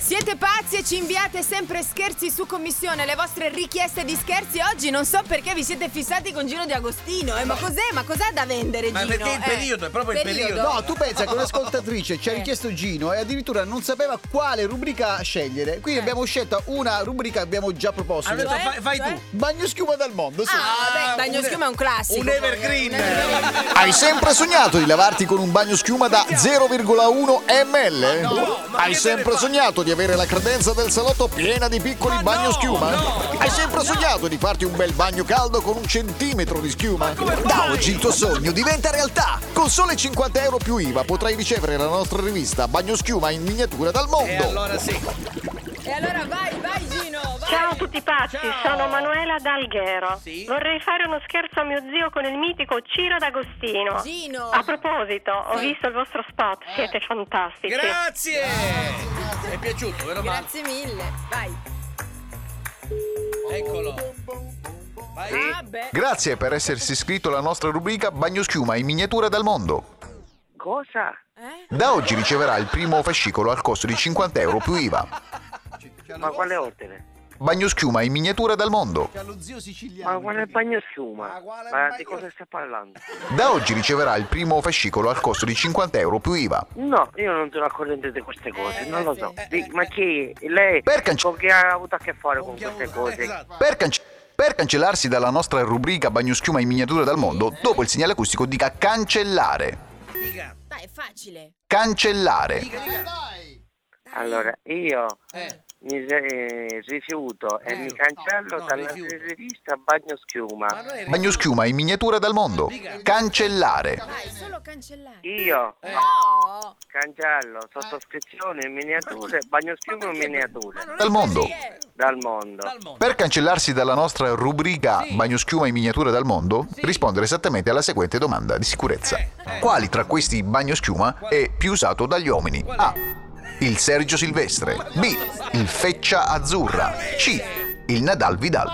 Siete pazzi e ci inviate sempre scherzi su commissione. Le vostre richieste di scherzi oggi non so perché vi siete fissati con Gino di Agostino. Eh, ma cos'è? Ma cos'ha da vendere, Ma Gino? perché il Eh, periodo, è proprio il periodo. No, tu pensa che un'ascoltatrice ci ha richiesto Gino e addirittura non sapeva quale rubrica scegliere. Quindi abbiamo scelto una rubrica che abbiamo già proposto. Hanno detto Cioè? fai, fai Cioè? tu. Bagno schiuma dal mondo, sì. Ah, vabbè, bagno un- schiuma è un classico. Un evergreen. Hai sempre sognato di lavarti con un bagno schiuma da 0,1 ml? no, ma Hai che sempre te ne sognato di avere la credenza del salotto piena di piccoli Ma bagno no, schiuma? no, Hai sempre sognato di farti un bel bagno caldo con un centimetro di schiuma? come fai? Da oggi il tuo sogno diventa realtà! Con sole 50 euro più IVA potrai ricevere la nostra rivista Bagno Schiuma in miniatura dal mondo! E allora sì. E allora vai, vai Gino, vai. Ciao a tutti pazzi, Ciao. sono Manuela d'Alghero. Sì. Vorrei fare uno scherzo a mio zio con il mitico Ciro D'Agostino. Gino. A proposito, ho visto il vostro spot, siete fantastici. Eh. Grazie. È piaciuto, vero Marco? Grazie mille. Vai. Eccolo. Vai. Vabbè. Grazie per essersi iscritto alla nostra rubrica Bagno Schiuma in miniatura dal mondo! Cosa? Eh? Da oggi riceverà il primo fascicolo al costo di 50 euro più IVA. Ma quale ordine? Bagno schiuma in miniatura dal mondo. Ma quale bagno schiuma? Ma di cosa stai parlando? Da oggi riceverà il primo fascicolo al costo di 50 euro più IVA. No, io non sono accorrente di Eh, queste cose, non lo so. Di- ma chi? Lei Per canc- con chi ha avuto a che fare con queste cose? Esatto. Per, cance- per cancellarsi dalla nostra rubrica Bagno schiuma in miniatura dal mondo, dopo il segnale acustico dica cancellare. Dica. Dai, è facile. Cancellare. Dica, dica. Allora, io Eh. mi eh, rifiuto e Eh, mi cancello no, dalla rifiuto. rivista Bagno Ma Schiuma. non è Bagno schiuma in miniatura dal mondo. Cancellare. Eh. Vai, solo cancellare. Oh, Io No! cancello Eh. sottoscrizione in miniature, bagno schiuma in miniature Dal mondo. dal mondo. dal mondo. Per cancellarsi dalla nostra rubrica Bagno schiuma in miniatura dal mondo, rispondere esattamente alla seguente domanda di sicurezza. Eh, Quali tra questi bagno schiuma è più usato dagli uomini? A. Il Sergio Silvestre. B. Il Feccia Azzurra. C. Il Nadal Vidal.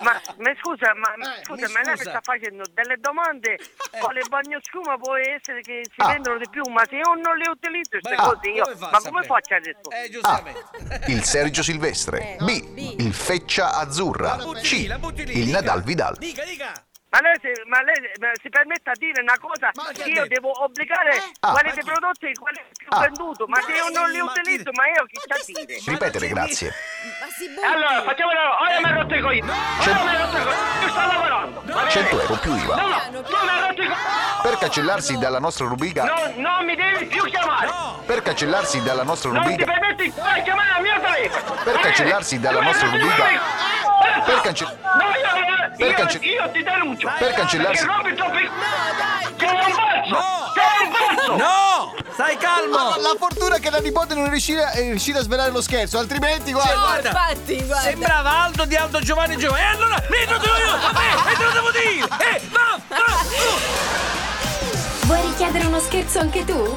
Ma, ma scusa, ma, ma scusa, mi ma lei mi scusa. sta facendo delle domande quale bagno schiuma può essere che si Ah. vendono di più, ma se io non le utilizzo queste Ah. cose io, fa a ma come sapere? faccio a rispondere? Eh, A. giustamente. Il Sergio Silvestre. B. Il Feccia Azzurra. Eh, La butti lì, C. la butti lì, Il dica. Nadal Vidal. Dica, dica. Ma lei, si- ma lei ma si permette a dire una cosa Ma che che ha io detto? devo obbligare Ah. quali dei prodotti quali è più Ah. venduto, ma se io non li Ma ti- utilizzo, ma io chi sta a stai dire? dicendo? Ripetere, grazie. Ma si butti. Allora, facciamolo. Ora mi ha rotto i coglioni. Ora mi ha rotto i coglioni. Io sto lavorando. va bene? 100 euro più No, IVA. no, tu mi hai rotto i coglioni. Per cancellarsi dalla nostra rubrica. No, non mi devi più chiamare. Per cancellarsi dalla nostra Non ti rubrica. permetti di far chiamare al mio telefono. Per Va cancellarsi bene? dalla Tu mi hai nostra rotto i rubrica. coglioni. Per cance- No, io- Per io, cance- io, ti denuncio. Per cancellarsi- Perché rompi troppi. Sei un No, pazzo. No. Sei un pazzo. No! Stai Ah, calmo! la fortuna è che la nipote non riuscì a, eh, riuscì a svelare lo scherzo, altrimenti guarda. dai! No, guarda. Oh, infatti, guarda. Sembrava Aldo di Aldo Giovanni Giovanni. E allora, mi introduco io! Vabbè, e te lo devo dire! Eh, va, va! Vuoi richiedere uno scherzo anche tu?